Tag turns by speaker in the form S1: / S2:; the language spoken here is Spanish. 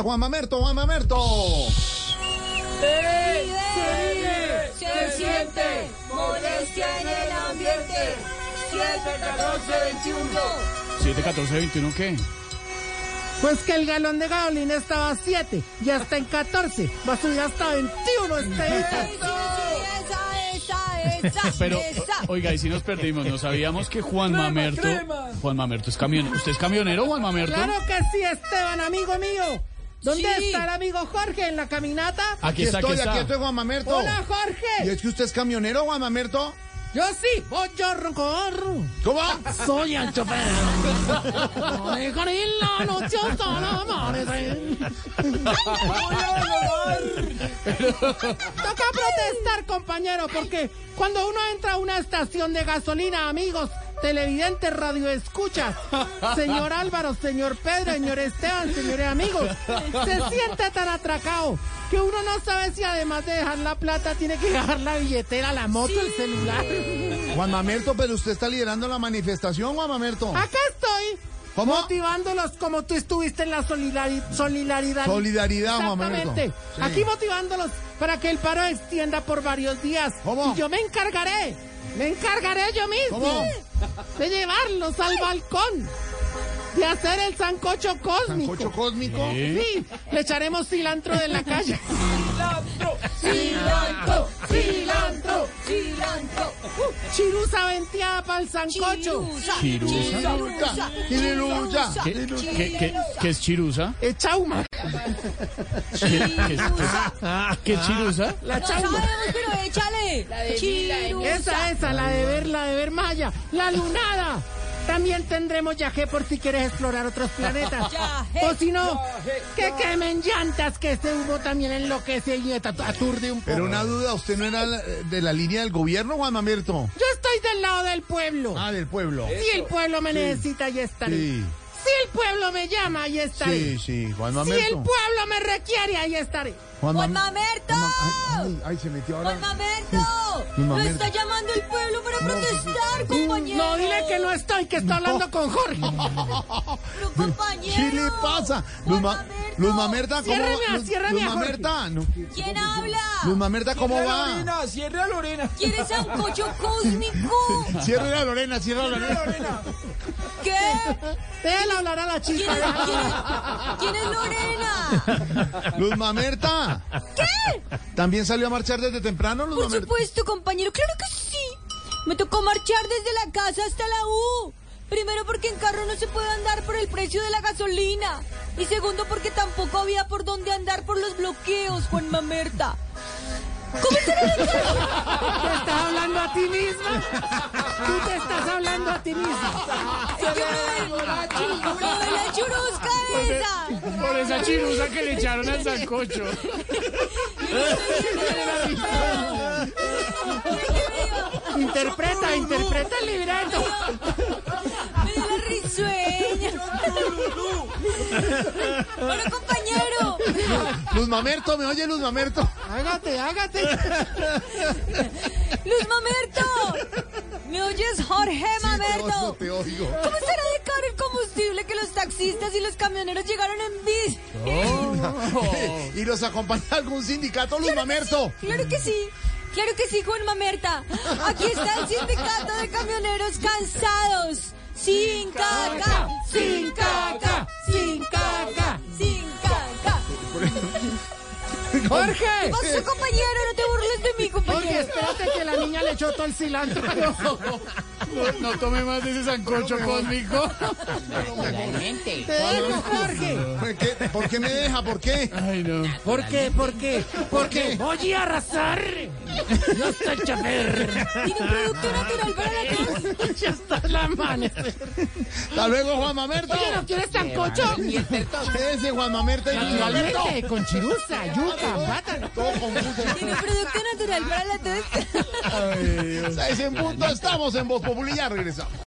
S1: Juan Mamerto, Juan Mamerto.
S2: Se
S3: vive, se siente, molestia en el ambiente. 7, 14, 21.
S4: 7, 14, 21, ¿qué?
S5: Pues que el galón de gasolina estaba a 7, ya está en 14, va a subir hasta 21 este
S3: Sí, sí, sí, esa, esa, esa,
S4: Pero,
S3: esa.
S4: o- oiga, y si nos perdimos, no sabíamos que Juan Mamerto. Juan Mamerto es camionero. ¿Usted es camionero, Juan Mamerto?
S5: Claro que sí, Esteban, amigo mío. ¿Dónde
S3: Sí.
S5: está el amigo Jorge en la caminata?
S4: Aquí está, aquí
S1: estoy, aquí
S4: está.
S1: estoy, Juan Mamerto.
S5: Hola,
S1: Ah, ¿Y
S5: Jorge.
S1: es que usted es camionero, Juan Mamerto?
S5: Yo sí, voy yo rocorro.
S1: ¿Cómo?
S5: Soy el chofer. Dejo ir la noche hasta el amanecer. Toca protestar, compañero, porque cuando uno entra a una estación de gasolina, amigos, televidentes, radio escucha, señor Álvaro, señor Pedro, señor Esteban, señores amigos, se siente tan atracado que uno no sabe si además de dejar la plata tiene que dejar la billetera, la moto, el celular.
S1: Juan Mamerto, pero usted está liderando la manifestación, Juan Mamerto.
S5: Acá estoy.
S1: ¿Cómo?
S5: Motivándolos como tú estuviste en la solidari- solidaridad.
S1: Solidaridad, Juan Mamerto.
S5: Exactamente.
S1: Sí.
S5: Aquí motivándolos para que el paro extienda por varios días.
S1: ¿Cómo?
S5: Y yo me encargaré. Me encargaré yo mismo
S1: ¿Cómo?
S5: de llevarlos al balcón. De hacer el sancocho cósmico.
S1: ¿Sancocho cósmico?
S4: ¿Eh?
S5: Sí, le echaremos cilantro de la calle.
S3: Cilantro, cilantro, cilantro.
S5: Chirusa venteada para el sancocho.
S3: Chirusa,
S4: Chirusa.
S3: chirusa,
S1: Chirusa.
S4: ¿Qué, qué- qué- qué es Chirusa?
S5: Es chauma.
S4: ¿Qué, qué es, qué es- qué es Chirusa?
S5: La
S3: No
S5: chauma.
S3: sabemos, pero échale. Chirusa.
S5: Esa, esa, la de ver, la de ver Maya, la lunada. También tendremos yaje por si quieres explorar otros planetas.
S3: Yajé,
S5: o si no, que quemen llantas, que ese humo también enloquece y at- aturde un poco.
S1: Pero una duda, ¿usted no era la- de la línea del gobierno, Juan Mamerto?
S5: Yo estoy del lado del pueblo.
S1: Ah, del pueblo.
S5: Si el pueblo me necesita, ahí estaré.
S1: Sí.
S5: Si el pueblo me llama, ahí estaré.
S1: Sí, sí, Juan
S5: Si el
S1: Mamerto.
S5: pueblo me requiere, ahí estaré.
S1: Juan
S3: Juan
S1: Mam-
S3: Mamerto.
S1: Juan Mam- Ay, ay, se metió ahora.
S3: Juan Mamerto.
S1: Mi
S3: Lo
S1: Mamerto.
S3: está llamando el pueblo para protestar, compañero.
S5: No, dile que no estoy, que estoy hablando con Jorge.
S3: No, compañero.
S1: ¿Qué le pasa? Luz,
S3: Juan
S1: Ma-
S3: Mamerto.
S1: Luz Mamerta, ¿cómo va?
S5: Ciérreme a-
S1: Luz-
S5: ciérreme
S1: Luz
S5: a Jorge.
S1: Mamerta, no, ¿qué-
S3: ¿Quién habla?
S1: Luz Mamerta, ¿cómo va?
S2: cierra la orina.
S3: ¿Quieres sancocho cósmico?
S1: Cierra a Lorena, cierra a Lorena.
S3: ¿Qué?
S5: Déjala hablar a la
S3: ¿Quién
S5: chica.
S3: es, quién es- quién es Lorena?
S1: Luz Mamerta.
S3: ¿Qué?
S1: ¿También salió a marchar desde temprano, Luz
S3: Por
S1: Mamerta?
S3: supuesto, compañero, claro que sí. Me tocó marchar desde la casa hasta la U. Primero porque en carro no se puede andar por el precio de la gasolina. Y segundo porque tampoco había por dónde andar por los bloqueos, Juan Mamerta. ¿Cómo estará la
S5: Te estás hablando a ti misma. Tú te estás hablando a ti misma.
S3: Yo lo de la churusca esa.
S4: Por esa Chirusa que le echaron al sancocho.
S5: Interpreta, interpreta el libreto.
S3: Me dio la risueña. Bueno, compañero.
S1: Luz Mamerto, ¿me oye Luz Mamerto?
S5: Hágate, hágate.
S3: Luz Mamerto. ¿Me oyes, Jorge Mamerto?
S1: Te oigo, te oigo.
S3: ¿Cómo estará de caro el combustible que los taxistas y los camioneros llegaron en bis?
S1: ¿Y los acompaña algún sindicato, Luz Mamerto?
S3: Claro que sí. Claro que sí, Juan Mamerta. Aquí está el sindicato de camioneros cansados. Sin caca, sin caca, sin caca, sin caca.
S5: Jorge.
S3: Paso, compañero, no te burles de mí,
S5: Jorge,
S3: compañero.
S5: espérate que la niña le echó todo el cilantro.
S4: No, no tome más de ese sancocho cósmico.
S5: Te dejo, Jorge.
S1: ¿Por qué, por qué me deja? ¿Por qué?
S4: Ay, no.
S5: ¿Por qué? ¿Por qué? ¿Por qué?
S1: qué?
S5: Voy a arrasar. Yo estoy chofer.
S3: Tiene un producto natural para la cara.
S5: Ya está la amanecer.
S1: Hasta luego, Juan Mamerto.
S5: Oye, ¿no quieres sancocho?
S1: Quédese, Juan Mamerto y Luz Mamerto.
S5: Naturalmente, con chirusa, yuca, bátano.
S1: Todo confuso.
S3: Tiene un producto natural para la tos.
S1: Seis en punto, estamos en Voz Popular, regresamos.